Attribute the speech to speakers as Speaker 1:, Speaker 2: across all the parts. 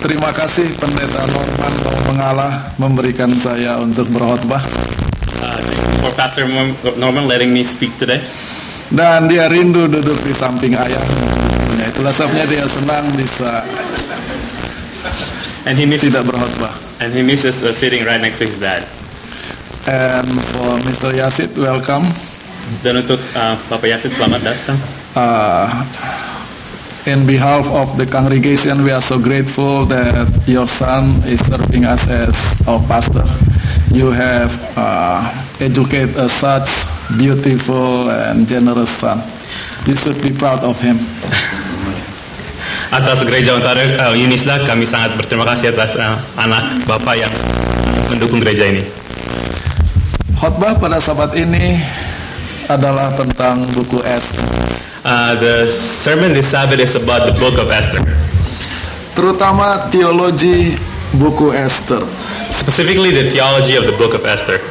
Speaker 1: Terima kasih Pendeta Norman Mengalah memberikan saya untuk berkhotbah
Speaker 2: Uh, thank you for Pastor Norm- Norman letting me speak today.
Speaker 1: dan dia rindu duduk di samping ayahnya. sebetulnya. Itulah sebabnya dia senang bisa
Speaker 2: And he misses,
Speaker 1: tidak berkhotbah.
Speaker 2: and he misses uh, sitting right next to his dad.
Speaker 1: And for Mr. Yasid, welcome.
Speaker 2: Dan untuk uh, Bapak Yasin, selamat datang.
Speaker 1: Uh, in behalf of the congregation, we are so grateful that your son is serving us as our pastor. You have uh, educated a such beautiful and generous son. You should be proud of him.
Speaker 3: Atas Gereja Utara eh, Unisla kami sangat berterima kasih atas eh, anak bapak yang mendukung gereja ini.
Speaker 1: Khotbah pada sabat ini adalah tentang buku es,
Speaker 3: Uh, the sermon this Sabbath is about the book of Esther,
Speaker 1: terutama teologi buku Esther.
Speaker 3: specifically the theology of the book of Esther.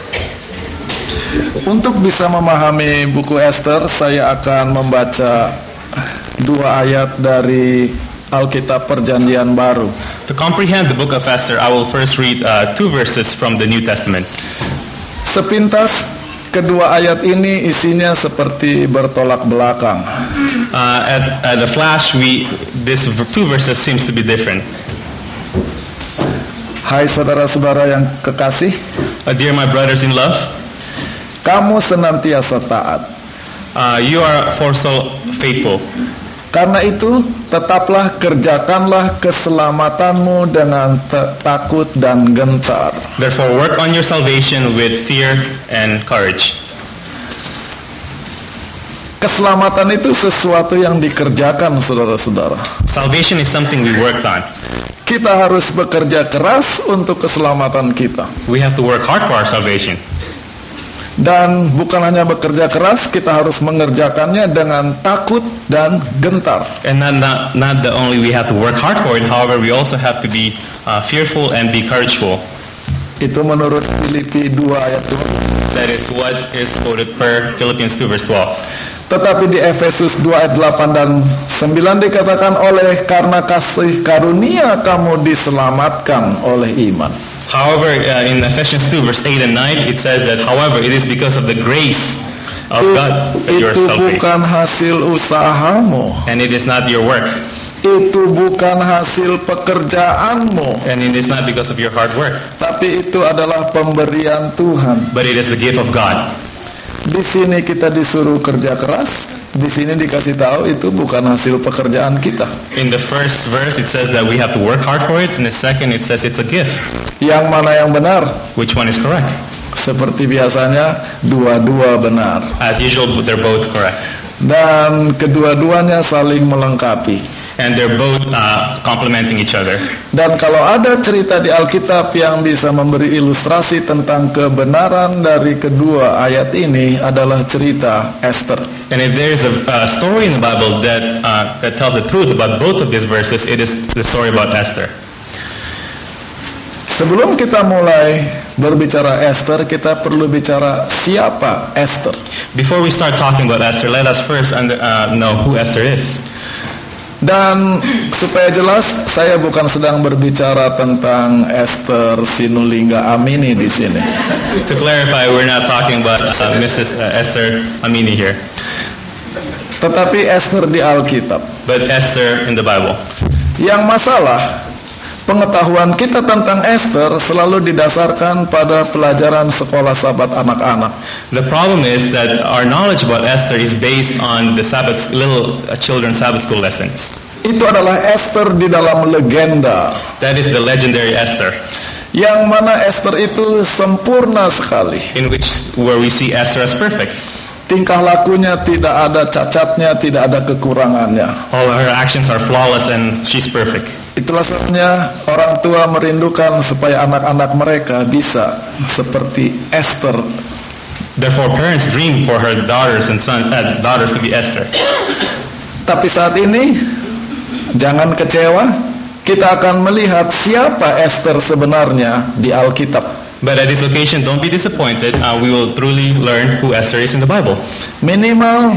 Speaker 1: Untuk bisa memahami buku Esther, saya akan membaca dua ayat dari Alkitab Perjanjian Baru.
Speaker 3: To comprehend the book of Esther, I will first read uh, two verses from the New Testament.
Speaker 1: Sepintas, kedua ayat ini isinya seperti bertolak belakang.
Speaker 3: Uh, at, at the flash, we this v- two verses seems to be different.
Speaker 1: Hai saudara-saudara yang kekasih,
Speaker 3: Uh, dear my brothers in love,
Speaker 1: kamu senantiasa taat.
Speaker 3: uh, you are for so faithful.
Speaker 1: Karena itu, tetaplah kerjakanlah keselamatanmu dengan te- takut dan gentar.
Speaker 3: Therefore, work on your salvation with fear and courage.
Speaker 1: Keselamatan itu sesuatu yang dikerjakan, saudara-saudara.
Speaker 3: Salvation is something we worked on.
Speaker 1: Kita harus bekerja keras untuk keselamatan kita.
Speaker 3: We have to work hard for our salvation.
Speaker 1: Dan bukan hanya bekerja keras, kita harus mengerjakannya dengan takut dan gentar.
Speaker 3: And not, not, not that only we have to work hard for it, however, we also have to be uh, fearful and be courageful.
Speaker 1: Itu menurut Filipi 2 ayat 2.
Speaker 3: That is what is quoted per Philippians 2 verse 12.
Speaker 1: Tetapi di Efesus 2 ayat 8 dan 9 dikatakan oleh karena kasih karunia kamu diselamatkan oleh iman.
Speaker 3: However, uh, in Ephesians 2 verse 8 and 9, it says that, however, it is because of the grace of God that you are
Speaker 1: Itu
Speaker 3: salvated.
Speaker 1: bukan hasil usahamu.
Speaker 3: And it is not your work.
Speaker 1: Itu bukan hasil pekerjaanmu.
Speaker 3: And it is not because of your hard work.
Speaker 1: Tapi itu adalah pemberian Tuhan.
Speaker 3: But it is the gift of God.
Speaker 1: Di sini kita disuruh kerja keras, di sini dikasih tahu itu bukan hasil pekerjaan kita.
Speaker 3: In the first verse, it says that we have to work hard for it. In the second, it says it's a gift.
Speaker 1: Yang mana yang benar?
Speaker 3: Which one is correct?
Speaker 1: Seperti biasanya, dua-dua benar.
Speaker 3: As usual, they're both correct.
Speaker 1: Dan kedua-duanya saling melengkapi.
Speaker 3: And they're both uh, complementing each other.
Speaker 1: Dan kalau ada cerita di Alkitab yang bisa memberi ilustrasi tentang kebenaran dari kedua ayat ini adalah cerita Esther.
Speaker 3: And if there is a, a story in the Bible that, uh, that tells the truth about both of these verses, it is the story about Esther.
Speaker 1: Sebelum kita mulai berbicara Esther, kita perlu bicara siapa Esther.
Speaker 3: Before we start talking about Esther, let us first under, uh, know who Esther is.
Speaker 1: Dan supaya jelas, saya bukan sedang berbicara tentang Esther Sinulinga Amini di sini.
Speaker 3: To clarify, we're not talking about uh, Mrs. Uh, Esther Amini here,
Speaker 1: Tetapi Esther di Alkitab.
Speaker 3: but Esther in the Bible.
Speaker 1: Yang masalah, pengetahuan kita tentang Esther selalu didasarkan pada pelajaran sekolah sahabat anak-anak.
Speaker 3: The problem is that our knowledge about Esther is based on the Sabbath, little uh, children's Sabbath school lessons.
Speaker 1: Itu adalah Esther di dalam legenda.
Speaker 3: That is the legendary Esther,
Speaker 1: Yang mana Esther itu sempurna sekali.
Speaker 3: in which where we see Esther as perfect.
Speaker 1: Tingkah lakunya tidak ada cacatnya, tidak ada kekurangannya.
Speaker 3: All her actions are flawless and she's perfect.
Speaker 1: Itulah sebabnya orang tua merindukan supaya anak-anak mereka bisa seperti Esther.
Speaker 3: Therefore, parents dream for her daughters and son, uh, daughters to be Esther.
Speaker 1: Tapi saat ini, jangan kecewa, kita akan melihat siapa Esther sebenarnya di Alkitab.
Speaker 3: But at this occasion, don't be disappointed. Uh, we will truly learn who Esther is in the Bible.
Speaker 1: Minimal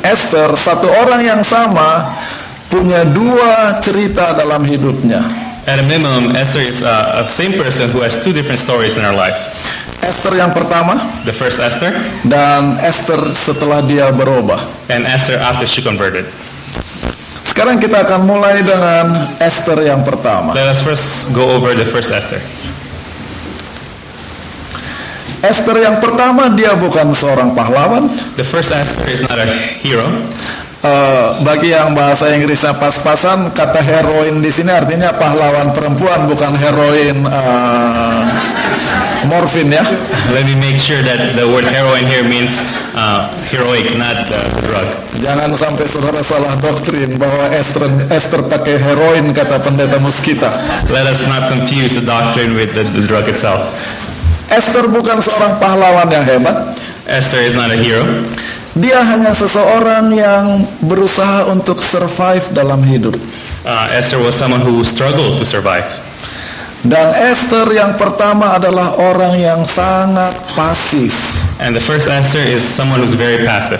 Speaker 1: Esther, satu orang yang sama, punya dua cerita dalam hidupnya.
Speaker 3: At a minimum, Esther is uh, a same person who has two different stories in her life.
Speaker 1: Esther yang pertama
Speaker 3: The first Esther
Speaker 1: dan Esther setelah dia berubah.
Speaker 3: and Esther after she converted.
Speaker 1: Sekarang kita akan mulai dengan Esther yang pertama.
Speaker 3: Let us first go over the first Esther.
Speaker 1: Esther yang pertama dia bukan seorang pahlawan.
Speaker 3: The first Esther is not a hero.
Speaker 1: Eh, bagi yang bahasa Inggrisnya pas-pasan, kata heroin di sini artinya pahlawan perempuan bukan heroin eh, morfin ya.
Speaker 3: Let me make sure that the word heroine here means uh, heroic, not uh, the drug.
Speaker 1: Jangan sampai saudara salah doktrin bahwa Esther, Esther pakai heroin kata pendeta Muskita.
Speaker 3: Let us not confuse the doctrine with the, the drug itself.
Speaker 1: Esther bukan seorang pahlawan yang hebat.
Speaker 3: Esther is not a hero.
Speaker 1: Dia hanya seseorang yang berusaha untuk survive dalam hidup.
Speaker 3: Uh, Esther was someone who struggled to survive.
Speaker 1: Dan Esther yang pertama adalah orang yang sangat pasif.
Speaker 3: And the first Esther is someone who's very passive.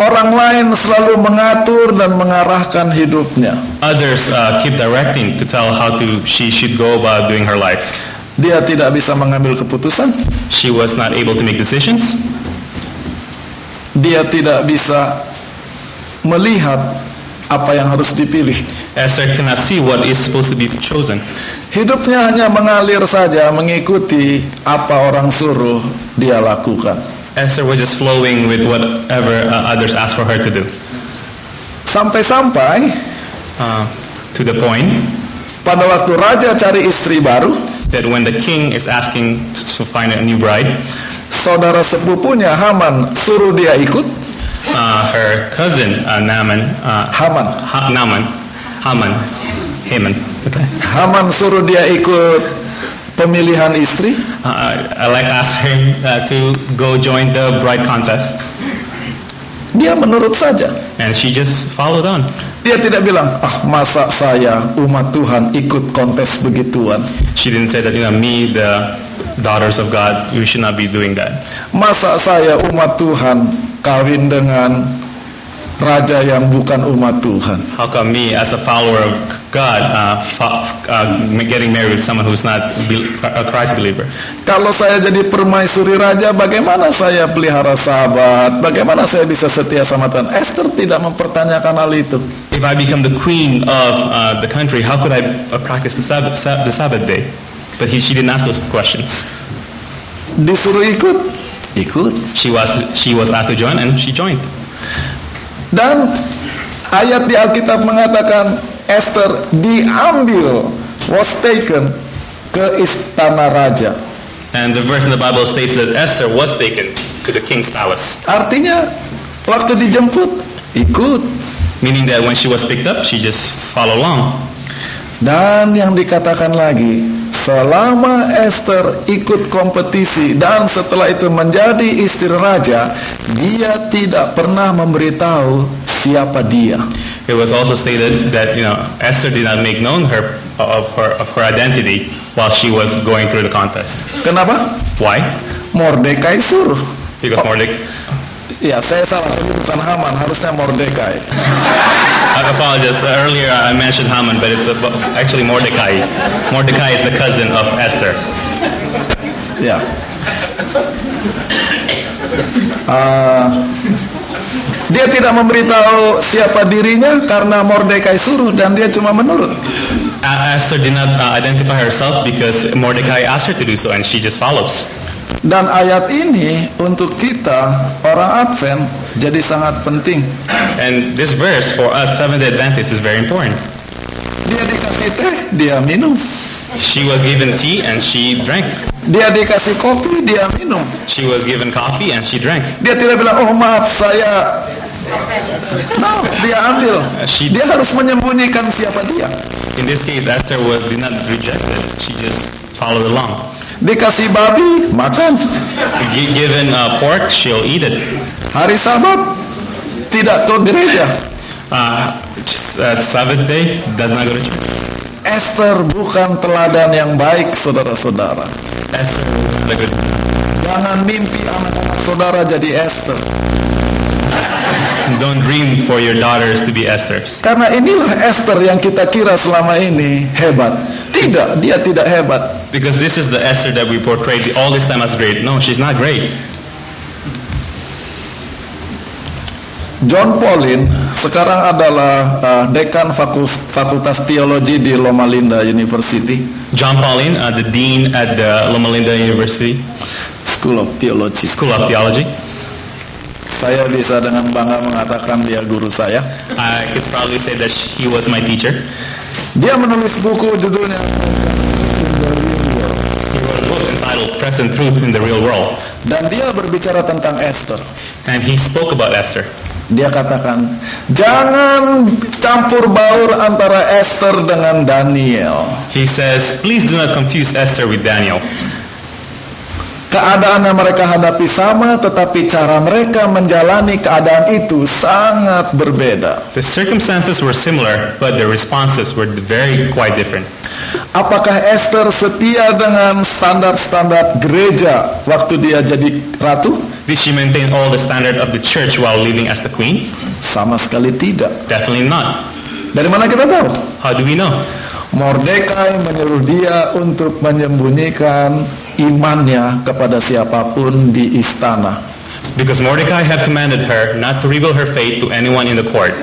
Speaker 1: Orang lain selalu mengatur dan mengarahkan hidupnya.
Speaker 3: Others uh, keep directing to tell how to she should go about doing her life.
Speaker 1: Dia tidak bisa mengambil keputusan,
Speaker 3: She was not able to make decisions.
Speaker 1: dia tidak bisa melihat apa yang harus dipilih.
Speaker 3: Esther cannot see what is supposed to be chosen.
Speaker 1: Hidupnya hanya mengalir saja, mengikuti apa orang suruh dia lakukan.
Speaker 3: Esther was just flowing with whatever uh, others asked for her to do.
Speaker 1: Sampai-sampai
Speaker 3: Uh, to the point
Speaker 1: pada waktu raja cari istri baru,
Speaker 3: that when the king is asking to to find a new bride,
Speaker 1: saudara sepupunya Haman suruh dia ikut.
Speaker 3: uh, her cousin uh, Naaman, uh,
Speaker 1: Haman,
Speaker 3: ha- Naaman, Haman, Haman.
Speaker 1: Haman suruh dia ikut pemilihan istri.
Speaker 3: Uh, I like asked him uh, to go join the bride contest,
Speaker 1: Dia menurut saja.
Speaker 3: and she just followed on.
Speaker 1: Dia tidak bilang, ah masa saya umat Tuhan ikut kontes begituan.
Speaker 3: She didn't say that you know me, the daughters of God, we should not be doing that.
Speaker 1: Masa saya umat Tuhan kawin dengan raja yang bukan umat Tuhan.
Speaker 3: How come me, as a follower of God, uh, fo- uh, getting married with someone who's not be- a Christ believer?
Speaker 1: Kalau saya jadi permaisuri raja, bagaimana saya pelihara sahabat? Bagaimana saya bisa setia sama Tuhan? Esther tidak mempertanyakan hal itu.
Speaker 3: If I become the queen of uh, the country, how could I uh, practice the Sabbath, Sab- the Sabbath day? But he, she didn't ask those questions.
Speaker 1: Disuruh ikut, ikut.
Speaker 3: She was she was asked to join, and she joined.
Speaker 1: Dan ayat di Alkitab mengatakan Esther diambil, was taken ke istana raja.
Speaker 3: And the verse in the Bible states that Esther was taken to the king's palace,
Speaker 1: Artinya waktu dijemput ikut
Speaker 3: meaning that when she was picked up, she just followed along.
Speaker 1: dan yang dikatakan lagi selama Esther ikut kompetisi dan setelah itu menjadi istri raja dia tidak pernah memberitahu siapa dia
Speaker 3: It was also stated that you know Esther did not make known her of her of her identity while she was going through the contest.
Speaker 1: kenapa
Speaker 3: Why?
Speaker 1: Mordekai suruh
Speaker 3: Because Mordecai.
Speaker 1: ya saya salah tadi bukan Haman harusnya Mordekai
Speaker 3: I apologize. Earlier I mentioned Haman, but it's about, actually Mordecai. Mordecai is the cousin of Esther.
Speaker 1: ya Ah, dia tidak memberitahu siapa dirinya karena Mordekai suruh dan dia cuma menurut
Speaker 3: Uh, Esther did not uh, identify herself because Mordecai asked her to do so, and she just follows.
Speaker 1: Dan ayat ini untuk kita orang Advent jadi sangat penting.
Speaker 3: And this verse for us Seventh Day Adventists is very important.
Speaker 1: Dia dikasih teh, dia minum.
Speaker 3: She was given tea and she drank.
Speaker 1: Dia dikasih kopi, dia minum.
Speaker 3: She was given coffee and she drank.
Speaker 1: Dia tidak bilang, oh maaf saya. No, dia ambil.
Speaker 3: She-
Speaker 1: Dia harus menyembunyikan siapa dia.
Speaker 3: In this case, Esther was did not reject it. She just followed along.
Speaker 1: Dikasih babi, makan.
Speaker 3: Gi- Given uh, pork, she'll eat it.
Speaker 1: Hari Sabat, tidak ke gereja.
Speaker 3: Uh, just, uh, Sabbath day does not go to church.
Speaker 1: Esther bukan teladan yang baik, saudara-saudara.
Speaker 3: Esther was not a good.
Speaker 1: Jangan mimpi anak-anak saudara jadi Esther.
Speaker 3: Don't dream for your daughters to be Esther's.
Speaker 1: Karena inilah Esther yang kita kira selama ini hebat. Tidak, dia tidak hebat.
Speaker 3: Because this is the Esther that we portrayed all this time as great. No, she's not great.
Speaker 1: John Pauline sekarang adalah uh, dekan Fakus- Fakultas Teologi di Loma Linda University
Speaker 3: John Pauline, uh, the dean at the Loma Linda University
Speaker 1: School of Theology.
Speaker 3: School of Theology,
Speaker 1: Saya bisa dengan bangga mengatakan dia guru saya.
Speaker 3: I could probably say that he was my teacher.
Speaker 1: Dia menulis buku judulnya
Speaker 3: He wrote a book entitled Present Truth in the Real World,
Speaker 1: dan dia berbicara tentang Esther.
Speaker 3: and he spoke about Esther.
Speaker 1: Dia katakan, jangan campur baur antara Esther dengan Daniel.
Speaker 3: He says, Please do not confuse Esther with Daniel.
Speaker 1: Keadaan yang mereka hadapi sama, tetapi cara mereka menjalani keadaan itu sangat berbeda.
Speaker 3: The circumstances were similar, but the responses were very quite different.
Speaker 1: Apakah Esther setia dengan standar-standar gereja waktu dia jadi ratu?
Speaker 3: Did she maintain all the standard of the church while living as the queen?
Speaker 1: Sama sekali tidak.
Speaker 3: Definitely not.
Speaker 1: Dari mana kita tahu?
Speaker 3: How do we know?
Speaker 1: Mordekai menyuruh dia untuk menyembunyikan imannya kepada siapapun di istana.
Speaker 3: Because Mordecai had commanded her not to reveal her faith to anyone in the court.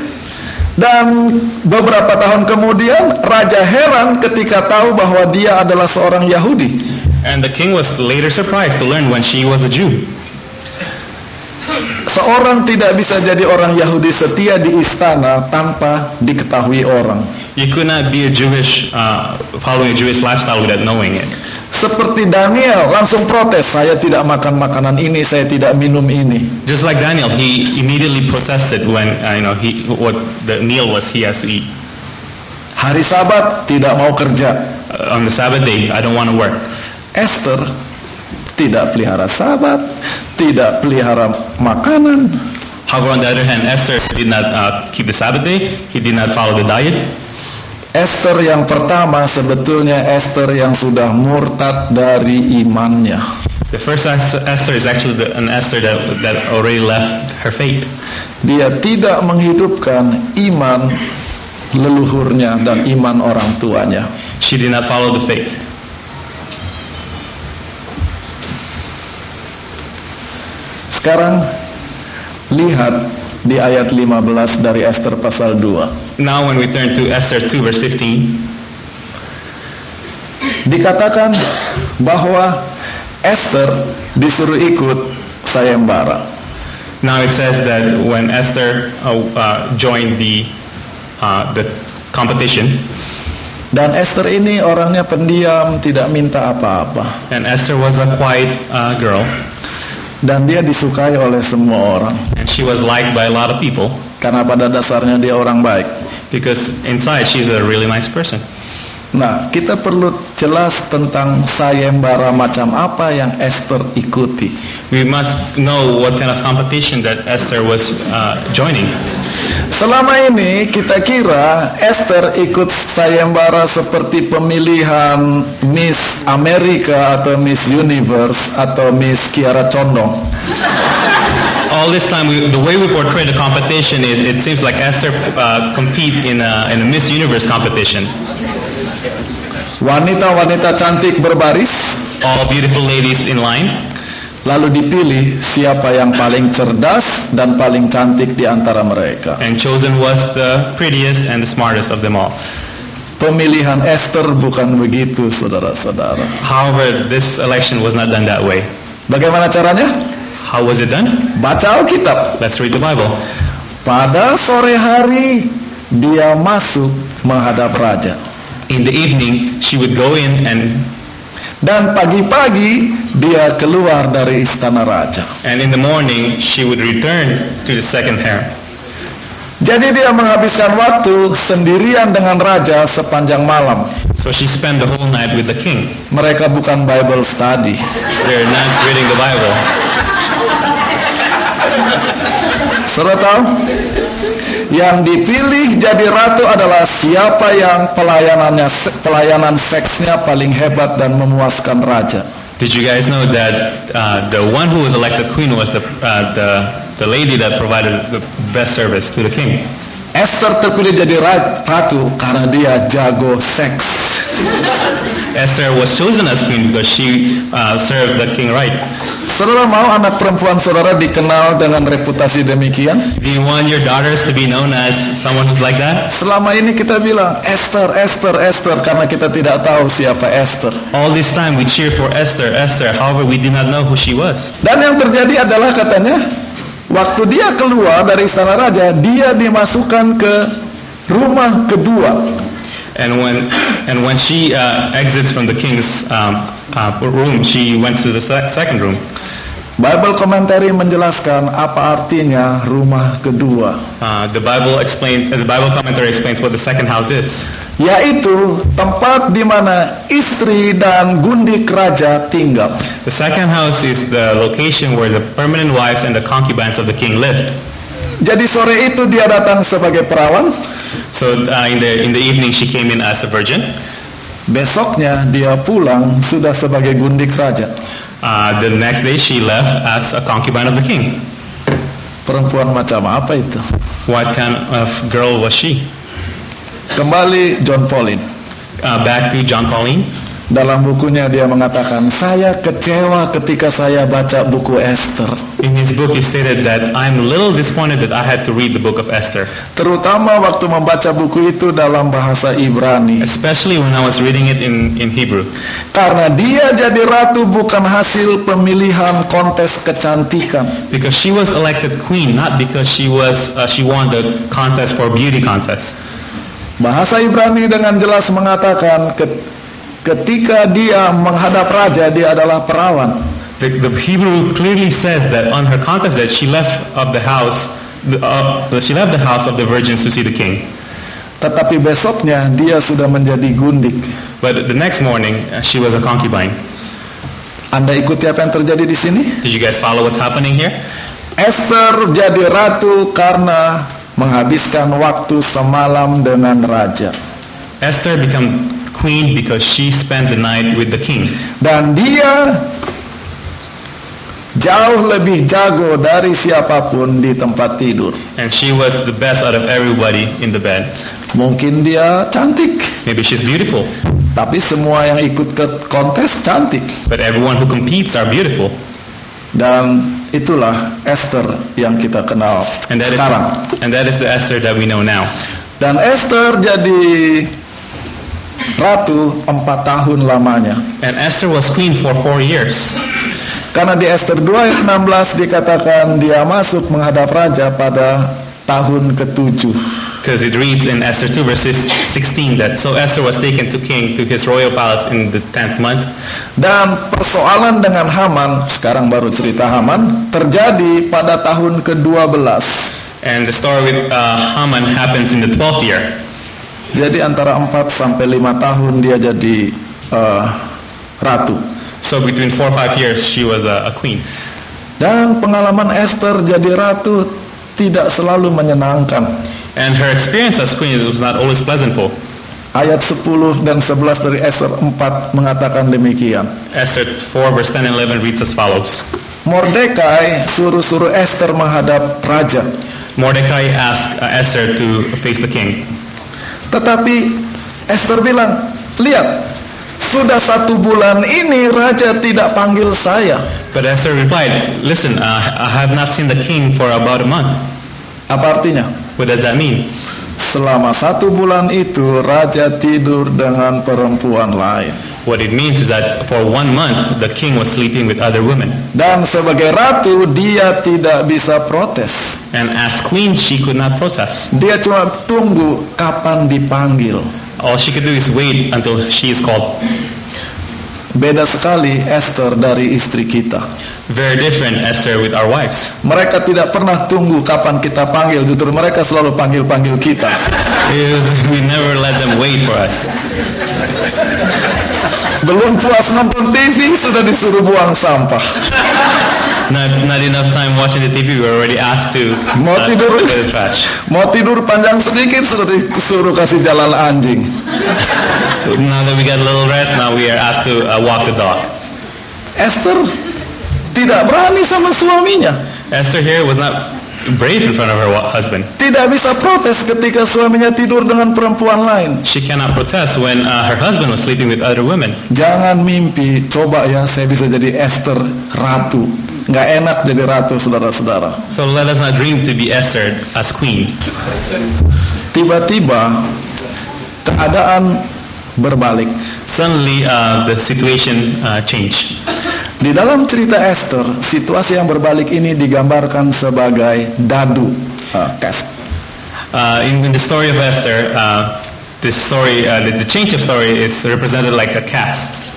Speaker 1: Dan beberapa tahun kemudian raja heran ketika tahu bahwa dia adalah seorang Yahudi.
Speaker 3: And the king was later surprised to learn when she was a Jew.
Speaker 1: Seorang tidak bisa jadi orang Yahudi setia di istana tanpa diketahui orang.
Speaker 3: You could not be a Jewish, uh, following a Jewish lifestyle without knowing it.
Speaker 1: Seperti Daniel langsung protes, saya tidak makan makanan ini, saya tidak minum ini.
Speaker 3: Just like Daniel, he immediately protested when uh, you know he what the meal was he has to eat
Speaker 1: Hari Sabat tidak mau kerja.
Speaker 3: uh, on the Sabbath day. I don't want to work.
Speaker 1: Esther tidak pelihara Sabat, tidak pelihara makanan.
Speaker 3: However, on the other hand, Esther did not uh, keep the Sabbath day. He did not follow the diet.
Speaker 1: Esther yang pertama sebetulnya Esther yang sudah murtad dari imannya.
Speaker 3: The first Esther Esther is actually the, an Esther that, that already left her faith.
Speaker 1: Dia tidak menghidupkan iman leluhurnya dan iman orang tuanya.
Speaker 3: She did not follow the faith.
Speaker 1: Sekarang lihat di ayat 15 dari Esther pasal 2.
Speaker 3: Now, when we turn to Esther 2, verse 15,
Speaker 1: Dikatakan bahwa Esther disuruh ikut sayembara.
Speaker 3: now it says that when Esther uh, uh, joined the, uh, the competition,
Speaker 1: Dan Esther ini orangnya pendiam, tidak minta apa-apa.
Speaker 3: and Esther was a quiet uh, girl,
Speaker 1: Dan dia disukai oleh semua orang.
Speaker 3: and she was liked by a lot of people
Speaker 1: Karena pada dasarnya dia orang baik.
Speaker 3: because inside she's a really nice person.
Speaker 1: Nah, kita perlu jelas tentang sayembara macam apa yang Esther ikuti.
Speaker 3: We must know what kind of competition that Esther was uh, joining.
Speaker 1: Selama ini kita kira Esther ikut sayembara seperti pemilihan Miss Amerika atau Miss Universe atau Miss Kiara Condong.
Speaker 3: All this time, we, the way we portray the competition is it seems like Esther uh, compete in a, in a Miss Universe competition.
Speaker 1: Wanita-wanita cantik berbaris
Speaker 3: All beautiful ladies in line,
Speaker 1: lalu dipilih siapa yang paling cerdas dan paling cantik di antara mereka.
Speaker 3: and chosen was the prettiest and the smartest of them all.
Speaker 1: Pemilihan Esther bukan begitu, saudara-saudara.
Speaker 3: However, this election was not done that way.
Speaker 1: Bagaimana caranya?
Speaker 3: How was it done?
Speaker 1: Baca Alkitab.
Speaker 3: Let's read the Bible.
Speaker 1: Pada sore hari dia masuk menghadap raja
Speaker 3: In the evening, she would go in, and,
Speaker 1: dan pagi-pagi dia keluar dari istana raja.
Speaker 3: and in the morning, she would return to the second harem.
Speaker 1: Jadi dia menghabiskan waktu sendirian dengan raja sepanjang malam.
Speaker 3: So she spent the whole night with the king.
Speaker 1: Mereka bukan Bible study.
Speaker 3: They're not reading the Bible.
Speaker 1: Saudara tahu? Yang dipilih jadi ratu adalah siapa yang pelayanannya pelayanan seksnya paling hebat dan memuaskan raja.
Speaker 3: Did you guys know that uh, the one who was elected queen was the, uh, the, the lady that provided the best service to the king?
Speaker 1: Esther terpilih jadi ra- ratu karena dia jago seks.
Speaker 3: Esther was chosen as queen because she uh, served the king right.
Speaker 1: Saudara mau anak perempuan saudara dikenal dengan reputasi demikian?
Speaker 3: Do you want your daughters to be known as someone who's like that?
Speaker 1: Selama ini kita bilang Esther, Esther, Esther karena kita tidak tahu siapa Esther.
Speaker 3: All this time we cheered for Esther, Esther. However, we did not know who she was.
Speaker 1: Dan yang terjadi adalah katanya waktu dia keluar dari istana raja, dia dimasukkan ke rumah kedua.
Speaker 3: And when, and when she uh, exits from the king's um, uh, room, she went to the sec- second room.
Speaker 1: Bible commentary menjelaskan apa artinya rumah kedua,
Speaker 3: Uh, the Bible explains. The Bible commentary explains what the second house is.
Speaker 1: yaitu tempat di mana istri dan gundik raja tinggal.
Speaker 3: The second house is the location where the permanent wives and the concubines of the king lived.
Speaker 1: Jadi sore itu dia datang sebagai perawan,
Speaker 3: So uh, in the in the evening, she came in as a virgin.
Speaker 1: besoknya dia pulang sudah sebagai gundik raja.
Speaker 3: Uh, the next day, she left as a concubine of the king.
Speaker 1: Perempuan macam apa itu?
Speaker 3: What kind of girl was she?
Speaker 1: Kembali John Pauline.
Speaker 3: Uh, back to John Pauline.
Speaker 1: Dalam bukunya dia mengatakan, saya kecewa ketika saya baca buku Esther.
Speaker 3: In his book, he stated that I'm a little disappointed that I had to read the book of Esther,
Speaker 1: Terutama waktu membaca buku itu dalam bahasa Ibrani.
Speaker 3: especially when I was reading it in, in Hebrew.
Speaker 1: Karena dia jadi ratu bukan hasil pemilihan kontes kecantikan.
Speaker 3: Because she was elected queen, not because she was uh, she won the contest for beauty contest.
Speaker 1: Bahasa Ibrani dengan jelas mengatakan "Ket- ketika dia menghadap raja dia adalah perawan.
Speaker 3: The, the Hebrew clearly says that on her contest that she left of the house, the, uh, that she left the house of the virgins to see the king.
Speaker 1: Tetapi besoknya dia sudah menjadi gundik.
Speaker 3: But the next morning uh, she was a concubine.
Speaker 1: Anda ikuti apa yang terjadi di sini?
Speaker 3: Did you guys follow what's happening here?
Speaker 1: Esther jadi ratu karena menghabiskan waktu semalam dengan raja.
Speaker 3: Esther became queen because she spent the night with the king.
Speaker 1: Dan dia jauh lebih jago dari siapapun di tempat tidur.
Speaker 3: And she was the best out of everybody in the bed.
Speaker 1: Mungkin dia cantik,
Speaker 3: Maybe she's beautiful,
Speaker 1: tapi semua yang ikut ke kontes cantik.
Speaker 3: but everyone who competes are beautiful.
Speaker 1: Dan itulah Esther yang kita kenal
Speaker 3: And that,
Speaker 1: sekarang.
Speaker 3: is, and that is the Esther that we know now.
Speaker 1: Dan Esther jadi ratu empat tahun lamanya.
Speaker 3: And Esther was queen for four years.
Speaker 1: Karena di Esther 2 ayat 16 dikatakan dia masuk menghadap raja pada tahun ketujuh.
Speaker 3: Because it reads in Esther 2, verse 16, that so Esther was taken to king to his royal palace in the 10th month.
Speaker 1: Dan persoalan dengan Haman, sekarang baru cerita Haman, terjadi pada tahun ke-12.
Speaker 3: And the story with uh, Haman happens in the 12th year.
Speaker 1: Jadi antara 4 sampai 5 tahun dia jadi eh, ratu.
Speaker 3: So between four or five years, she was a, a queen.
Speaker 1: Dan pengalaman Esther jadi ratu tidak selalu menyenangkan.
Speaker 3: And her experience as queen was not always pleasantful.
Speaker 1: Ayat 10 dan 11 dari Esther 4 mengatakan demikian.
Speaker 3: Esther 4, verse 10 and 11 reads as follows.
Speaker 1: Mordekai suruh-suruh Esther menghadap raja.
Speaker 3: Mordecai asked uh, Esther to face the king.
Speaker 1: Tetapi Esther bilang, lihat, sudah satu bulan ini raja tidak panggil saya.
Speaker 3: But Esther replied, Listen, uh, I have not seen the king for about a month.
Speaker 1: Apa artinya?
Speaker 3: What does that mean?
Speaker 1: Selama satu bulan itu raja tidur dengan perempuan lain.
Speaker 3: What it means is that for one month, the king was sleeping with other women.
Speaker 1: Dan sebagai ratu dia tidak bisa protes.
Speaker 3: And as queen, she could not protest.
Speaker 1: Dia cuma tunggu kapan dipanggil.
Speaker 3: All she could do is wait until she is called.
Speaker 1: Beda sekali Esther dari istri kita.
Speaker 3: Very different, Esther, with our wives.
Speaker 1: Mereka tidak pernah tunggu kapan kita panggil, justru mereka selalu panggil-panggil kita.
Speaker 3: It was- we never let them wait for us.
Speaker 1: Belum puas nonton TV sudah disuruh buang sampah.
Speaker 3: Not, not enough time watching the TV, we were already asked to
Speaker 1: Mau
Speaker 3: uh,
Speaker 1: tidur.
Speaker 3: go to the trash.
Speaker 1: Mau tidur panjang sedikit sudah disuruh kasih jalan anjing.
Speaker 3: Now that we got a little rest, now we are asked to uh, walk the dog.
Speaker 1: Esther tidak berani sama suaminya.
Speaker 3: Esther here was not brave in front of her wa- husband.
Speaker 1: Tidak bisa protes ketika suaminya tidur dengan perempuan lain.
Speaker 3: She cannot protest when uh, her husband was sleeping with other women.
Speaker 1: Jangan mimpi, coba ya saya bisa jadi Esther ratu. Nggak enak jadi ratu, saudara-saudara.
Speaker 3: So let us not dream to be Esther as queen.
Speaker 1: Tiba-tiba keadaan berbalik.
Speaker 3: Suddenly, uh, the situation uh, changed.
Speaker 1: Di dalam cerita Esther, situasi yang berbalik ini digambarkan sebagai dadu. eh, kas.
Speaker 3: Uh, in, in the story of Esther, uh, this story, uh, the, the change of story is represented like a cast.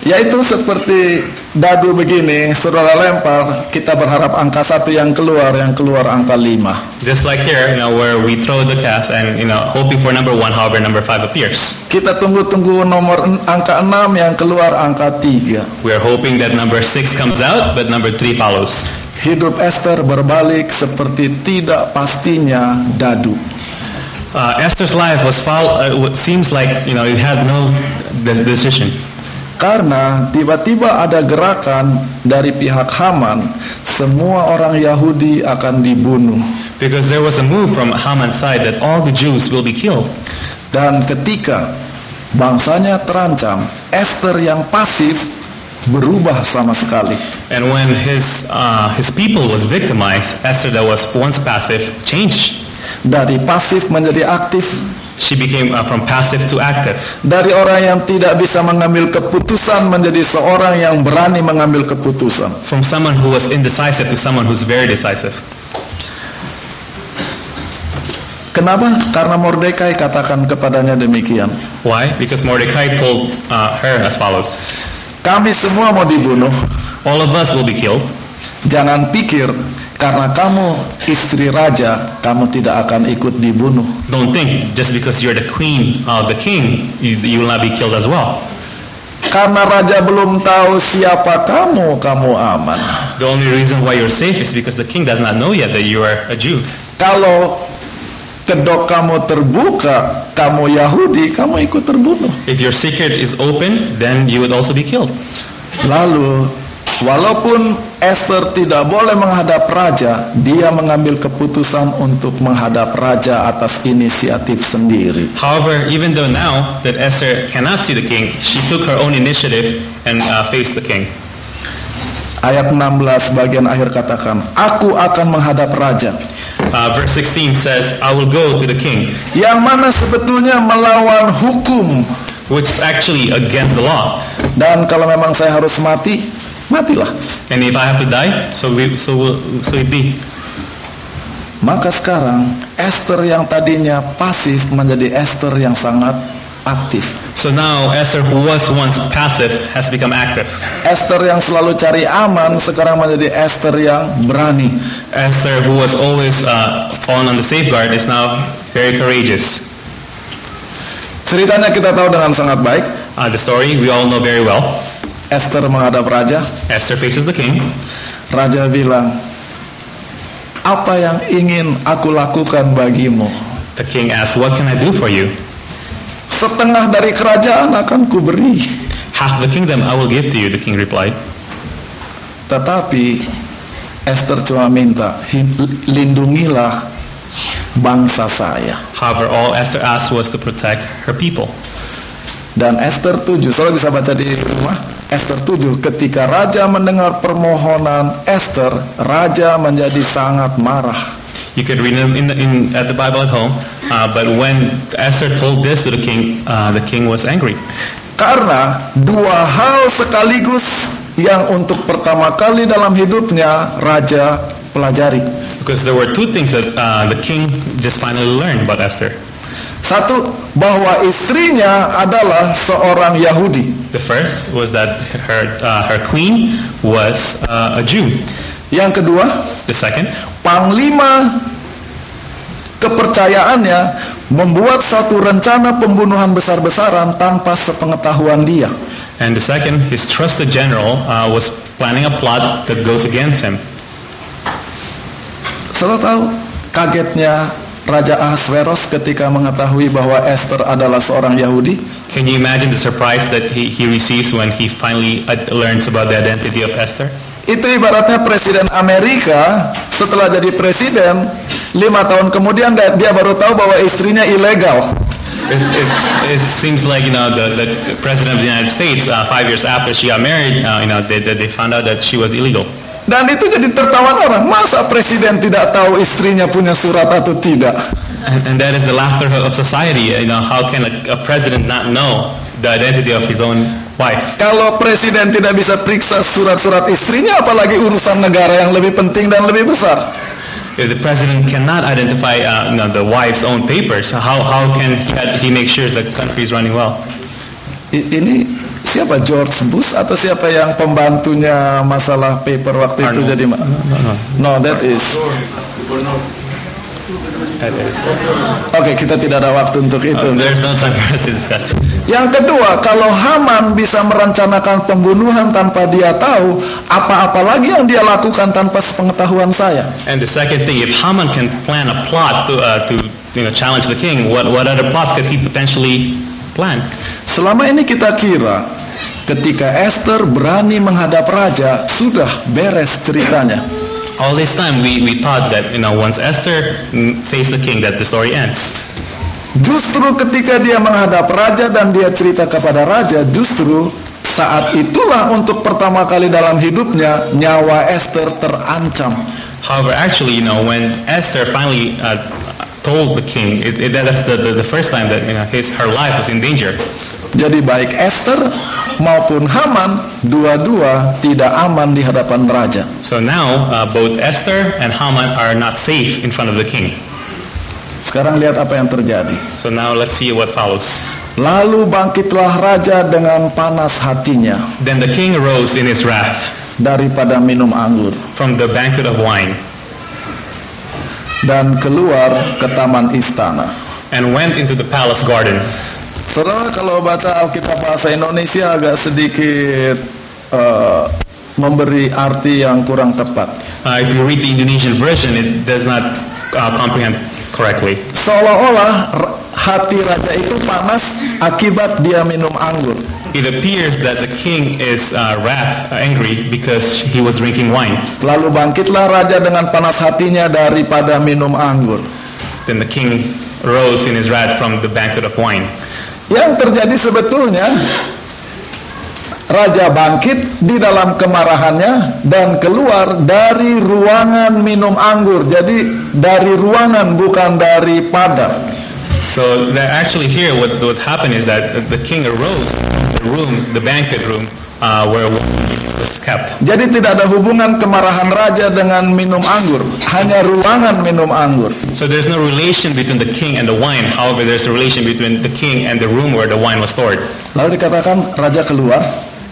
Speaker 1: Yaitu seperti dadu begini, saudara lempar, kita berharap angka satu yang keluar, yang keluar angka lima.
Speaker 3: Just like here, you know, where we throw the cast and, you know, hoping for number one, however, number five appears.
Speaker 1: Kita tunggu-tunggu nomor en- angka enam, yang keluar angka tiga.
Speaker 3: We are hoping that number six comes out, but number three follows.
Speaker 1: Hidup Esther berbalik seperti tidak pastinya dadu.
Speaker 3: Uh, Esther's life was fol- uh, what seems like, you know, it had no de- decision.
Speaker 1: Karena tiba-tiba ada gerakan dari pihak Haman, semua orang Yahudi akan dibunuh.
Speaker 3: Because there was a move from Haman's side that all the Jews will be killed.
Speaker 1: Dan ketika bangsanya terancam, Esther yang pasif berubah sama sekali.
Speaker 3: And when his, uh, his people was victimized, Esther, that was once passive, changed.
Speaker 1: Dari pasif menjadi aktif,
Speaker 3: She became uh, from passive to active.
Speaker 1: dari orang yang tidak bisa mengambil keputusan menjadi seorang yang berani mengambil keputusan.
Speaker 3: From someone who was indecisive to someone who's very decisive.
Speaker 1: Kenapa? Karena Mordekai katakan kepadanya demikian.
Speaker 3: Why? Because Mordecai told uh, her as follows
Speaker 1: Kami semua mau dibunuh.
Speaker 3: All of us will be killed.
Speaker 1: Jangan pikir karena kamu istri raja, kamu tidak akan ikut dibunuh.
Speaker 3: Don't think just because you're the queen of the king, you, you will not be killed as well.
Speaker 1: Karena raja belum tahu siapa kamu, kamu aman.
Speaker 3: The only reason why you're safe is because the king does not know yet that you are a Jew.
Speaker 1: Kalau kedok kamu terbuka, kamu Yahudi, kamu ikut terbunuh.
Speaker 3: If your secret is open, then you would also be killed.
Speaker 1: Lalu, walaupun Esther tidak boleh menghadap raja, dia mengambil keputusan untuk menghadap raja atas inisiatif sendiri.
Speaker 3: However, even though now that Esther cannot see the king, she took her own initiative and uh, faced the king.
Speaker 1: Ayat 16 bagian akhir katakan, Aku akan menghadap raja.
Speaker 3: Uh, verse 16 says, I will go to the king,
Speaker 1: Yang mana sebetulnya melawan hukum.
Speaker 3: which is actually against the law.
Speaker 1: Dan kalau memang saya harus mati, matilah.
Speaker 3: And if I have to die, so, we, so, will so it be.
Speaker 1: Maka sekarang Esther yang tadinya pasif menjadi Esther yang sangat aktif.
Speaker 3: So now Esther, who was once passive, has become active.
Speaker 1: Esther yang selalu cari aman sekarang menjadi Esther yang berani.
Speaker 3: Esther, who was always uh, on, on the safeguard, is now very courageous.
Speaker 1: Ceritanya kita tahu dengan sangat baik.
Speaker 3: Uh, the story we all know very well.
Speaker 1: Esther menghadap raja.
Speaker 3: Esther faces the king.
Speaker 1: Raja bilang, apa yang ingin aku lakukan bagimu?
Speaker 3: The king asks, What can I do for you?
Speaker 1: Setengah dari kerajaan akan kuberi.
Speaker 3: Half the kingdom I will give to you, the king replied.
Speaker 1: Tetapi Esther cuma minta, "Him- lindungilah bangsa saya.
Speaker 3: However, all Esther asked was to protect her people.
Speaker 1: Dan Esther 7, saudara bisa baca di rumah, Esther 7, ketika raja mendengar permohonan Esther, raja menjadi sangat marah.
Speaker 3: You could read it in the, in, at the Bible at home, uh, but when Esther told this to the king, uh, the king was angry.
Speaker 1: Karena dua hal sekaligus yang untuk pertama kali dalam hidupnya raja pelajari.
Speaker 3: Because there were two things that uh, the king just finally learned about Esther.
Speaker 1: Satu, bahwa istrinya adalah seorang Yahudi.
Speaker 3: The first was that her, uh, her queen was uh, a Jew.
Speaker 1: Yang kedua,
Speaker 3: The second,
Speaker 1: panglima kepercayaannya membuat satu rencana pembunuhan besar-besaran tanpa sepengetahuan dia.
Speaker 3: and the second, his trusted general uh, was planning a plot that goes against him.
Speaker 1: Saudara tahu kagetnya Raja Ahasveros ketika mengetahui bahwa Esther adalah seorang Yahudi,
Speaker 3: Can you imagine the surprise that he, he receives when he finally uh, learns about the identity of Esther?
Speaker 1: itu ibaratnya Presiden Amerika setelah jadi presiden, lima tahun kemudian da- dia baru tahu bahwa istrinya ilegal.
Speaker 3: It's, it's, it seems like you know the, the president of the United States uh, five years after she got married, uh, you know they, they they found out that she was illegal.
Speaker 1: Dan itu jadi tertawan orang. Masa presiden tidak tahu istrinya punya surat atau tidak?
Speaker 3: And, and that is the laughter of society. You know, how can a, a president not know the identity of his own wife?
Speaker 1: Kalau presiden tidak bisa periksa surat-surat istrinya, apalagi urusan negara yang lebih penting dan lebih besar.
Speaker 3: If the president cannot identify uh, you know, the wife's own papers, how, how can he, he make sure the country is running well?
Speaker 1: I- ini siapa George Bush atau siapa yang pembantunya masalah paper waktu itu
Speaker 3: Arnold.
Speaker 1: jadi ma- no that is oke kita tidak ada waktu untuk itu
Speaker 3: Uh, there's no time for us to discuss.
Speaker 1: yang kedua kalau Haman bisa merencanakan pembunuhan tanpa dia tahu apa-apa lagi yang dia lakukan tanpa sepengetahuan saya
Speaker 3: And the second thing, if Haman can plan a plot to, uh, to you know, challenge the king, what, what other plots could he potentially plan?
Speaker 1: selama ini kita kira ketika Esther berani menghadap raja sudah beres ceritanya
Speaker 3: All this time, we, we thought that you know, once Esther mm, faced the king, that the story ends.
Speaker 1: Justru ketika dia menghadap raja dan dia cerita kepada raja, justru saat itulah untuk pertama kali dalam hidupnya nyawa Esther terancam.
Speaker 3: However, actually, you know, when Esther finally uh, told the king, it, it, that's the, the, the first time that you know, his, her life was in danger.
Speaker 1: Jadi baik Esther maupun Haman dua-dua tidak aman di hadapan raja.
Speaker 3: So now, uh, both Esther and Haman are not safe in front of the king.
Speaker 1: Sekarang lihat apa yang terjadi.
Speaker 3: So now let's see what follows.
Speaker 1: Lalu bangkitlah raja dengan panas hatinya
Speaker 3: Then the king arose in his wrath
Speaker 1: daripada minum anggur
Speaker 3: from the banquet of wine
Speaker 1: dan keluar ke taman istana.
Speaker 3: and went into the palace garden. Uh,
Speaker 1: Saudara kalau baca Alkitab bahasa Indonesia agak sedikit eh, memberi arti yang kurang tepat.
Speaker 3: Uh, if you read the Indonesian version, it does not uh, comprehend correctly.
Speaker 1: Seolah-olah r- hati raja itu panas akibat dia minum anggur.
Speaker 3: It appears that the king is uh, wrath, angry because he was drinking wine.
Speaker 1: Lalu bangkitlah raja dengan panas hatinya daripada minum anggur.
Speaker 3: Then the king rose in his wrath from the banquet of wine.
Speaker 1: Yang terjadi sebetulnya raja bangkit di dalam kemarahannya dan keluar dari ruangan minum anggur. Jadi dari ruangan bukan dari padang.
Speaker 3: So that actually here, what what happened is that the king arose from the room, the banquet room, uh, where wine was kept.
Speaker 1: Jadi tidak ada hubungan kemarahan raja dengan minum anggur, hanya ruangan minum anggur.
Speaker 3: So there's no relation between the king and the wine. However, there's a relation between the king and the room where the wine was stored.
Speaker 1: Lalu dikatakan raja keluar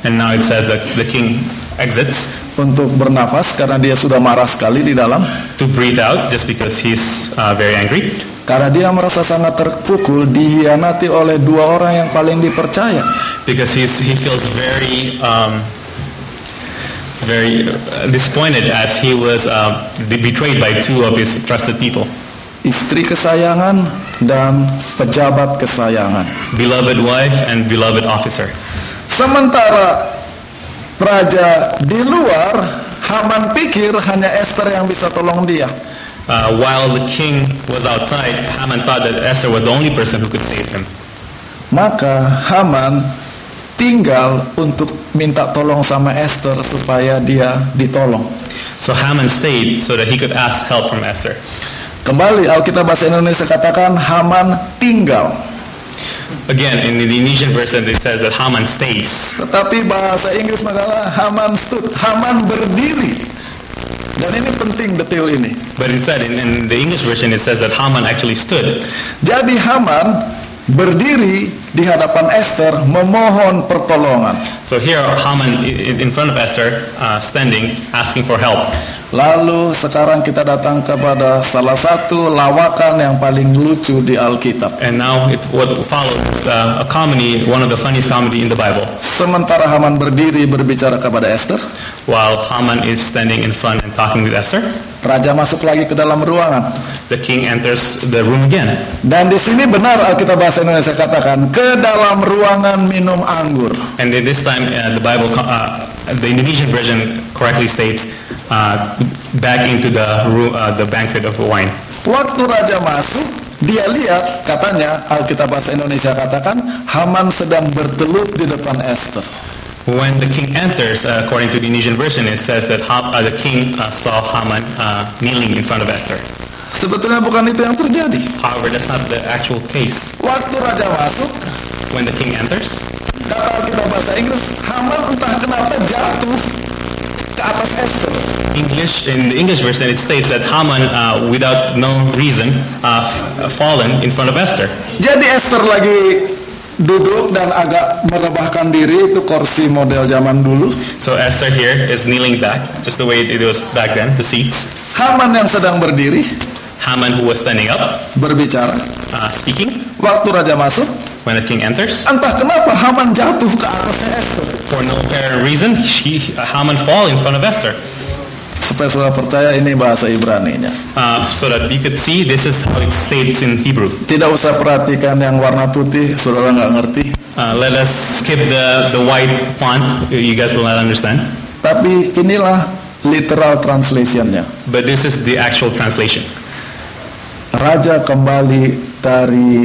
Speaker 3: And now it says that the king exits
Speaker 1: untuk bernafas karena dia sudah marah sekali di dalam.
Speaker 3: to breathe out, just because he's uh, very angry,
Speaker 1: Karena dia merasa sangat terpukul dihianati oleh dua orang yang paling dipercaya.
Speaker 3: because he's he feels very. Um, very uh, disappointed as he was uh, betrayed by two of his trusted people.
Speaker 1: Istri kesayangan dan pejabat kesayangan.
Speaker 3: beloved wife and beloved officer.
Speaker 1: Sementara raja di luar, Haman pikir hanya Esther yang bisa tolong dia.
Speaker 3: Uh, while the king was outside, Haman thought that Esther was the only person who could save him.
Speaker 1: Maka Haman tinggal untuk minta tolong sama Esther supaya dia ditolong.
Speaker 3: So Haman stayed so that he could ask help from Esther.
Speaker 1: Kembali Alkitab bahasa Indonesia katakan Haman tinggal.
Speaker 3: Again, in the Indonesian version, it says that Haman stays.
Speaker 1: Tetapi bahasa Inggris mengatakan Haman stood, Haman berdiri. Dan ini penting detail ini.
Speaker 3: But instead, in, in the English version, it says that Haman actually stood.
Speaker 1: Jadi Haman berdiri di hadapan Esther memohon pertolongan.
Speaker 3: So here, Haman i- i- in front of Esther, uh, standing, asking for help.
Speaker 1: Lalu sekarang kita datang kepada salah satu lawakan yang paling lucu di Alkitab.
Speaker 3: And now it, what follows is uh, a comedy, one of the funniest comedy in the Bible,
Speaker 1: Sementara Haman berdiri berbicara kepada Esther,
Speaker 3: while Haman is standing in front and talking with Esther.
Speaker 1: raja masuk lagi ke dalam ruangan.
Speaker 3: The king enters the room again.
Speaker 1: Dan di sini benar Alkitab bahasa Indonesia katakan ke dalam ruangan minum anggur.
Speaker 3: And then this time, uh, the Bible, co- uh, the Indonesian version correctly states, uh, back into the, ru- uh, the banquet of wine.
Speaker 1: Waktu raja masuk, dia lihat katanya Alkitab bahasa Indonesia katakan Haman sedang bertelut di depan Esther.
Speaker 3: When the king enters, uh, according to the Indonesian version, it says that Ha- uh, the king uh, saw Haman uh, kneeling in front of Esther.
Speaker 1: Sebetulnya bukan itu yang terjadi.
Speaker 3: However, that's not the actual case.
Speaker 1: Waktu raja masuk,
Speaker 3: When the king enters,
Speaker 1: kata Alkitab bahasa Inggris, Haman entah kenapa jatuh ke atas Esther.
Speaker 3: English in the English version, it states that Haman, uh, without no reason, uh, f- fallen in front of Esther.
Speaker 1: Jadi Esther lagi duduk dan agak merebahkan diri itu kursi model zaman dulu.
Speaker 3: So Esther here is kneeling back, just the way it was back then, the seats.
Speaker 1: Haman yang sedang berdiri
Speaker 3: Haman, who was standing up,
Speaker 1: berbicara.
Speaker 3: uh, speaking.
Speaker 1: Waktu raja masuk,
Speaker 3: When the king enters,
Speaker 1: entah kenapa Haman jatuh ke atasnya Esther.
Speaker 3: for no apparent reason, he, Haman fall in front of Esther.
Speaker 1: Supaya saudara percaya ini bahasa Ibraninya.
Speaker 3: Uh, so that you could see, this is how it states in Hebrew.
Speaker 1: Tidak usah perhatikan yang warna putih, saudara nggak ngerti.
Speaker 3: Uh, let us skip the, the white font. You guys will not understand.
Speaker 1: Tapi inilah literal translationnya.
Speaker 3: But this is the actual translation.
Speaker 1: Raja kembali dari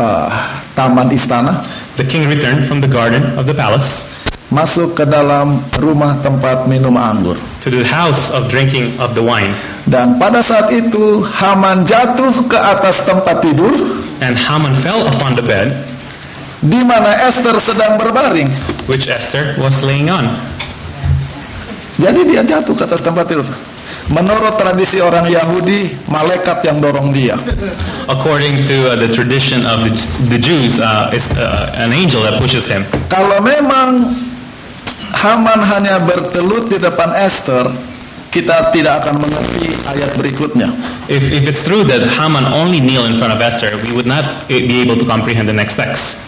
Speaker 1: eh, taman istana,
Speaker 3: The king returned from the garden of the palace.
Speaker 1: masuk ke dalam rumah tempat minum anggur.
Speaker 3: to the house of drinking of the wine.
Speaker 1: Dan pada saat itu Haman jatuh ke atas tempat tidur
Speaker 3: And Haman fell upon the bed
Speaker 1: di mana Esther sedang berbaring.
Speaker 3: which Esther was laying on.
Speaker 1: Jadi dia jatuh ke atas tempat tidur. Menurut tradisi orang Yahudi, malaikat yang dorong dia.
Speaker 3: According to uh, the tradition of the, the Jews, uh, it's uh, an angel that pushes him.
Speaker 1: Kalau memang Haman hanya bertelut di depan Esther, kita tidak akan mengerti ayat berikutnya.
Speaker 3: If, if it's true that Haman only kneel in front of Esther, we would not i- be able to comprehend the next text.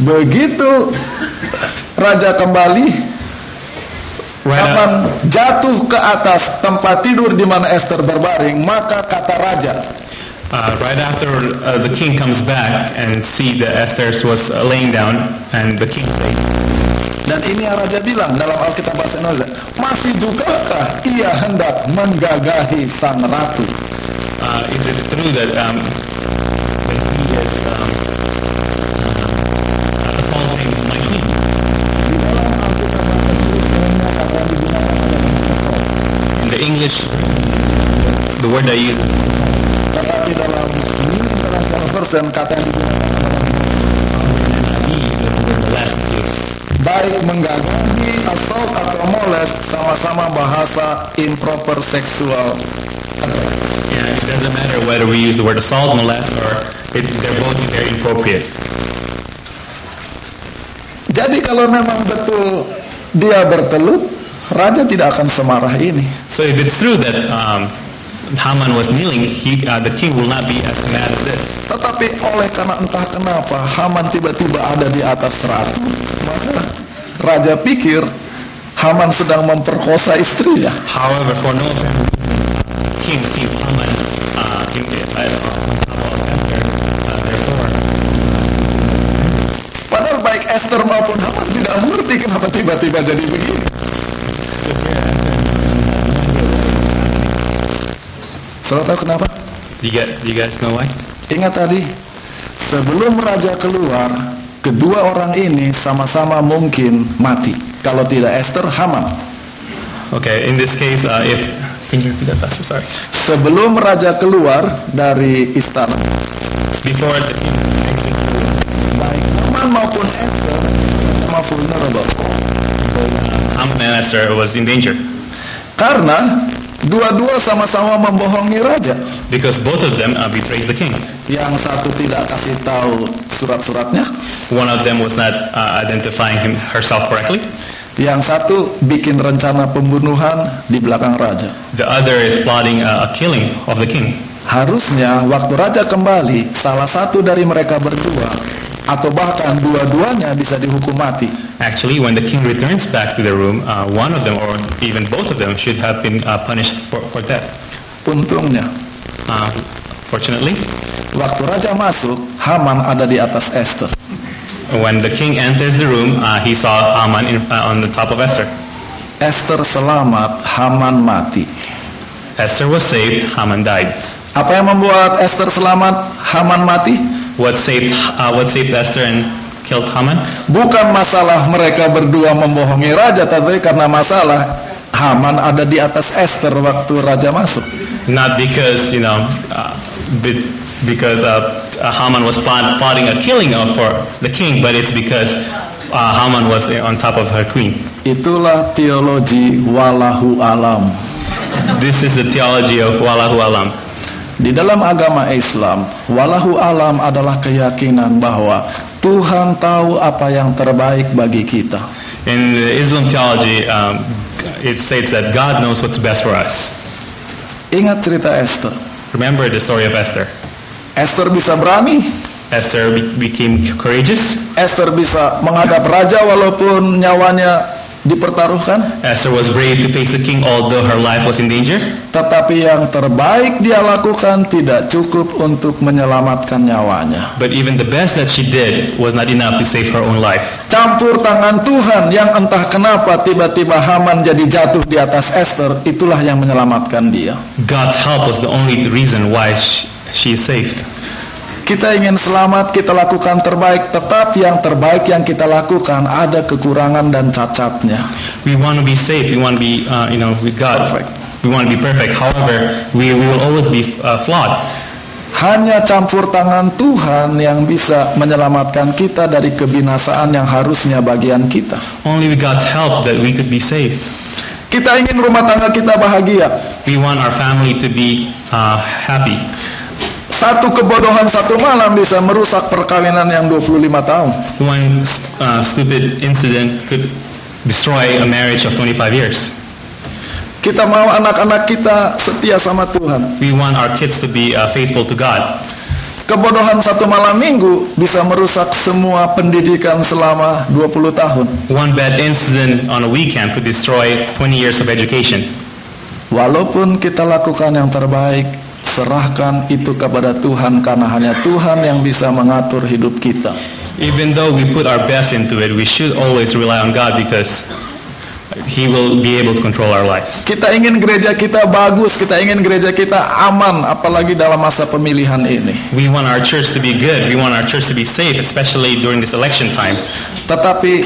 Speaker 1: Begitu raja kembali,
Speaker 3: Right, uh,
Speaker 1: Haman
Speaker 3: a-
Speaker 1: jatuh ke atas tempat tidur di mana Esther berbaring, maka kata raja,
Speaker 3: uh, right after uh, the king comes back and see that Esther was uh, laying down, and the king said,
Speaker 1: dan ini yang raja bilang dalam Alkitab bahasa Indonesia, masih jugakah ia hendak menggagahi sang ratu?
Speaker 3: uh, "Is it true that um, that he is um, uh, assaulting my king?" In the English, the word I use,
Speaker 1: Tetapi dalam New International Version kata yang digunakan
Speaker 3: the last use.
Speaker 1: baik mengganggu assault atau molest sama-sama bahasa improper sexual
Speaker 3: Yeah, it doesn't matter whether we use the word assault, molest, or it, they're both very inappropriate.
Speaker 1: jadi kalau memang betul dia bertelut raja tidak akan semarah ini
Speaker 3: So if it's true that um, Haman was kneeling, he, uh, the king will not be as mad as this.
Speaker 1: tetapi oleh karena entah kenapa Haman tiba-tiba ada di atas ratu maka raja pikir Haman sedang memperkosa ya. istrinya
Speaker 3: However, for no apparent reason, king sees Haman uh, in the uh, therefore,
Speaker 1: padahal baik Esther maupun Haman tidak mengerti kenapa tiba-tiba jadi begini Saudara tahu kenapa?
Speaker 3: you get you guys know why?
Speaker 1: Ingat tadi, sebelum raja keluar, kedua orang ini sama-sama mungkin mati. Kalau tidak Esther, Haman.
Speaker 3: Okay, in this case, uh, if can you repeat that faster? Sorry.
Speaker 1: Sebelum raja keluar dari istana,
Speaker 3: Before the king exits,
Speaker 1: baik Haman maupun Esther sama vulnerable.
Speaker 3: Haman and Esther was in danger
Speaker 1: Karena dua-dua sama-sama membohongi raja.
Speaker 3: because both of them uh, betrays the king.
Speaker 1: Yang satu tidak kasih tahu surat-suratnya.
Speaker 3: One of them was not uh, identifying him, herself correctly.
Speaker 1: Yang satu bikin rencana pembunuhan di belakang raja.
Speaker 3: The other is plotting uh, a killing of the king.
Speaker 1: Harusnya waktu raja kembali, salah satu dari mereka berdua atau bahkan dua-duanya bisa dihukum mati.
Speaker 3: Actually, when the king returns back to the room, uh, one of them, or even both of them, should have been uh, punished for, for death.
Speaker 1: Untungnya,
Speaker 3: Uh, fortunately,
Speaker 1: waktu raja masuk, Haman ada di atas Esther.
Speaker 3: when the king enters the room, uh, he saw Haman in, uh, on the top of Esther.
Speaker 1: Esther selamat, Haman mati.
Speaker 3: Esther was saved, Haman died.
Speaker 1: Apa yang membuat Esther selamat, Haman mati?
Speaker 3: What saved, uh, what saved Esther and killed Haman?
Speaker 1: Bukan masalah mereka berdua membohongi raja, tapi karena masalah Haman ada di atas Esther waktu raja masuk.
Speaker 3: Not because, you know, uh, be- because uh, uh, Haman was plot- plotting a killing of for the king, but it's because uh, Haman was uh, on top of her queen.
Speaker 1: Itulah teologi walahu alam.
Speaker 3: This is the theology of Wallahu Alam.
Speaker 1: Di dalam agama Islam, walahu alam adalah keyakinan bahwa Tuhan tahu apa yang terbaik bagi kita.
Speaker 3: In the Islam theology, um, it states that God knows what's best for us.
Speaker 1: Ingat cerita Esther.
Speaker 3: Remember the story of Esther.
Speaker 1: Esther bisa berani,
Speaker 3: Esther be- became courageous.
Speaker 1: Esther bisa menghadap raja walaupun nyawanya dipertaruhkan,
Speaker 3: Esther was brave to face the king, although her life was in danger.
Speaker 1: tetapi yang terbaik dia lakukan tidak cukup untuk menyelamatkan nyawanya.
Speaker 3: But even the best that she did was not enough to save her own life.
Speaker 1: Campur tangan Tuhan yang entah kenapa tiba-tiba Haman jadi jatuh di atas Esther, itulah yang menyelamatkan dia.
Speaker 3: God's help was the only reason why she, she is saved.
Speaker 1: Kita ingin selamat, kita lakukan terbaik, tetapi yang terbaik yang kita lakukan ada kekurangan dan cacatnya.
Speaker 3: We want to be safe. We want to be, uh, you know, with God.
Speaker 1: Perfect.
Speaker 3: We want to be perfect. However, we, we will always be uh, flawed.
Speaker 1: Hanya campur tangan Tuhan yang bisa menyelamatkan kita dari kebinasaan yang harusnya bagian kita.
Speaker 3: Only with God's help that we could be safe.
Speaker 1: Kita ingin rumah tangga kita bahagia.
Speaker 3: We want our family to be uh, happy.
Speaker 1: Satu kebodohan satu malam bisa merusak perkawinan yang 25 tahun.
Speaker 3: One uh, stupid incident could destroy a marriage of 25 years.
Speaker 1: Kita mau anak-anak kita setia sama Tuhan.
Speaker 3: We want our kids to be uh, faithful to God.
Speaker 1: Kebodohan satu malam minggu bisa merusak semua pendidikan selama 20 tahun.
Speaker 3: One bad incident on a weekend could destroy 20 years of education.
Speaker 1: Walaupun kita lakukan yang terbaik, serahkan itu kepada Tuhan karena hanya Tuhan yang bisa mengatur hidup kita.
Speaker 3: Even though we put our best into it, we should always rely on God because He will be able to control our lives.
Speaker 1: Kita ingin gereja kita bagus, kita ingin gereja kita aman, apalagi dalam masa pemilihan ini.
Speaker 3: We want our church to be good. We want our church to be safe, especially during this election time.
Speaker 1: Tetapi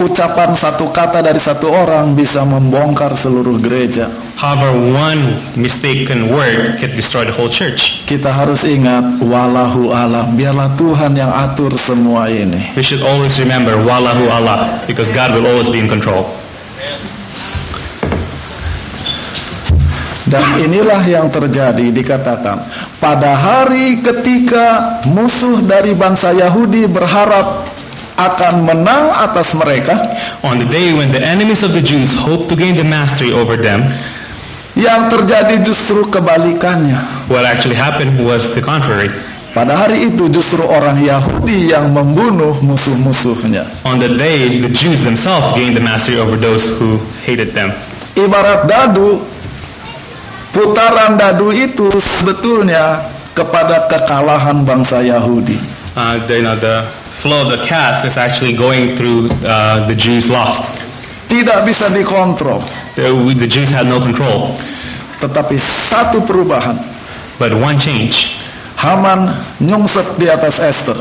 Speaker 1: ucapan satu kata dari satu orang bisa membongkar seluruh gereja.
Speaker 3: However, one mistaken word could destroy the whole church.
Speaker 1: Kita harus ingat walahu alam, biarlah Tuhan yang atur semua ini.
Speaker 3: We should always remember Wallahu Allah because God will always be in control.
Speaker 1: Dan inilah yang terjadi dikatakan pada hari ketika musuh dari bangsa Yahudi berharap akan menang atas mereka
Speaker 3: On the day when the enemies of the Jews hoped to gain the mastery over them,
Speaker 1: yang terjadi justru kebalikannya.
Speaker 3: what actually happened was the contrary.
Speaker 1: Pada hari itu justru orang Yahudi yang membunuh musuh-musuhnya.
Speaker 3: On the day the Jews themselves gained the mastery over those who hated them.
Speaker 1: Ibarat dadu putaran dadu itu sebetulnya kepada kekalahan bangsa Yahudi.
Speaker 3: Uh, the, you know, the flow of the cast is actually going through uh, the Jews lost.
Speaker 1: Tidak bisa dikontrol,
Speaker 3: The, the Jews had no control.
Speaker 1: tetapi satu perubahan
Speaker 3: But one change.
Speaker 1: Haman nyungsep di atas Esther.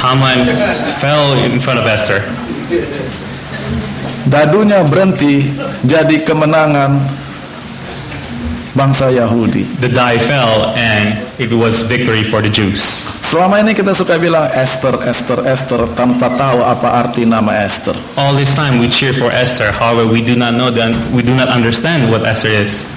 Speaker 3: Haman fell in front of Esther.
Speaker 1: Dadunya berhenti jadi kemenangan bangsa Yahudi.
Speaker 3: The die fell, and it was victory for the Jews.
Speaker 1: Selama ini kita suka bilang Esther, Esther, Esther tanpa tahu apa arti nama Esther.
Speaker 3: All this time we cheer for Esther. However, we do not know that we do not understand what Esther is.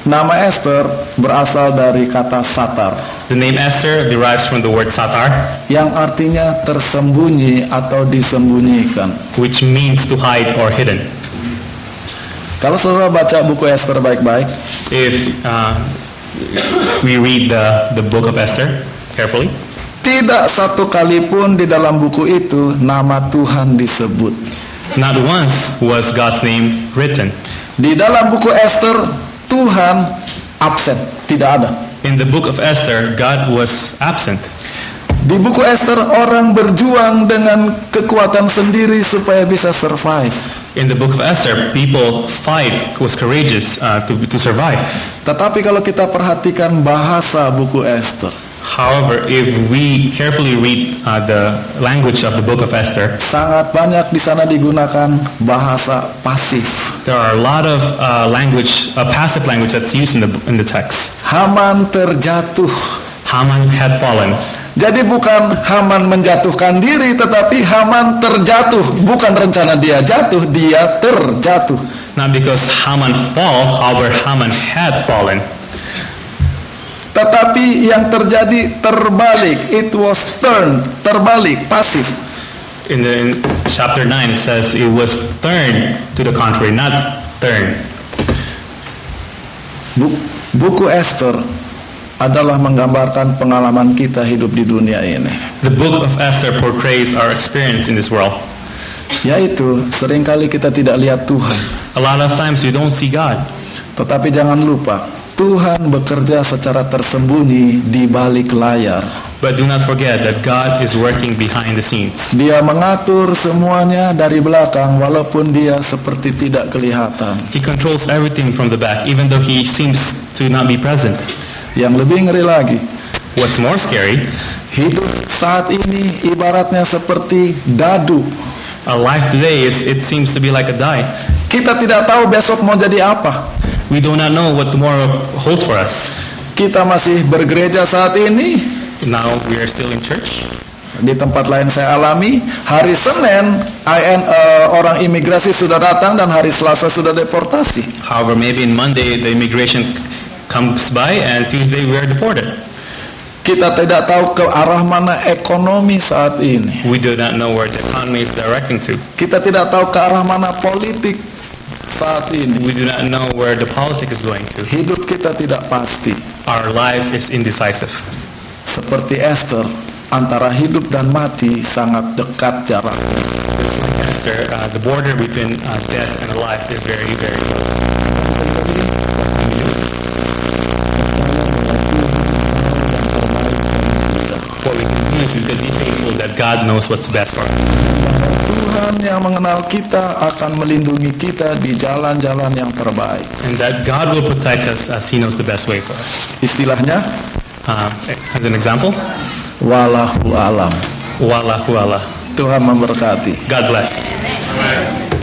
Speaker 1: Nama Esther berasal dari kata satar.
Speaker 3: The name Esther derives from the word satar,
Speaker 1: yang artinya tersembunyi atau disembunyikan.
Speaker 3: which means to hide or hidden.
Speaker 1: Kalau saudara baca buku Esther baik-baik,
Speaker 3: If uh, we read the, the book of Esther carefully,
Speaker 1: tidak satu kali pun di dalam buku itu nama Tuhan disebut.
Speaker 3: not once was God's name written.
Speaker 1: Di dalam buku Esther, Tuhan absen, tidak ada.
Speaker 3: In the book of Esther, God was absent.
Speaker 1: Di buku Esther, orang berjuang dengan kekuatan sendiri supaya bisa survive.
Speaker 3: In the book of Esther, people fight, was courageous uh, to, to survive.
Speaker 1: Tetapi kalau kita perhatikan bahasa buku Esther,
Speaker 3: However, if we carefully read uh, the language of the book of Esther,
Speaker 1: sangat banyak di sana digunakan bahasa pasif.
Speaker 3: there are a lot of uh, language, uh, passive language that's used in the, in the text.
Speaker 1: Haman terjatuh.
Speaker 3: Haman had fallen.
Speaker 1: Jadi bukan Haman menjatuhkan diri, tetapi Haman terjatuh. Bukan rencana dia jatuh, dia terjatuh.
Speaker 3: Not because Haman fall, however, Haman had fallen.
Speaker 1: Tetapi yang terjadi terbalik. It was turned, terbalik, pasif.
Speaker 3: In, the, in chapter 9, it says it was turned to the contrary, not turned.
Speaker 1: Bu- Buku Esther adalah menggambarkan pengalaman kita hidup di dunia ini.
Speaker 3: The book of Esther portrays our experience in this world.
Speaker 1: Yaitu, seringkali kita tidak lihat Tuhan.
Speaker 3: A lot of times we don't see God.
Speaker 1: Tetapi jangan lupa, Tuhan bekerja secara tersembunyi di balik layar.
Speaker 3: But do not forget that God is working behind the scenes.
Speaker 1: Dia mengatur semuanya dari belakang walaupun dia seperti tidak kelihatan.
Speaker 3: He controls everything from the back, even though he seems to not be present.
Speaker 1: Yang lebih ngeri lagi,
Speaker 3: What's more scary,
Speaker 1: hidup saat ini ibaratnya seperti dadu.
Speaker 3: a life today is it seems to be like a die.
Speaker 1: Kita tidak tahu besok mau jadi apa.
Speaker 3: We do not know what tomorrow holds for us.
Speaker 1: Kita masih bergereja saat ini.
Speaker 3: Now we are still in church.
Speaker 1: Di tempat lain saya alami, hari Senin IN, eh, orang imigrasi sudah datang dan hari Selasa sudah deportasi.
Speaker 3: However, maybe in Monday the immigration comes by and Tuesday we are deported.
Speaker 1: Kita tidak tahu ke arah mana ekonomi saat ini.
Speaker 3: We do not know where the economy is directing to.
Speaker 1: Kita tidak tahu ke arah mana politik saat ini.
Speaker 3: We do not know where the politic is going to.
Speaker 1: Hidup kita tidak pasti.
Speaker 3: Our life is indecisive.
Speaker 1: Seperti Esther, antara hidup dan mati sangat dekat jarak.
Speaker 3: Just like Esther, uh, the border between uh, death and life is very, very close. What we can do is we can be faithful that God knows what's best for us.
Speaker 1: Tuhan yang mengenal kita akan melindungi kita di jalan-jalan yang terbaik.
Speaker 3: and that God will protect us as He knows the best way for us.
Speaker 1: Istilahnya,
Speaker 3: Uh, as an example,
Speaker 1: walahu alam.
Speaker 3: Wala Huala.
Speaker 1: Tuhan memberkati.
Speaker 3: God bless.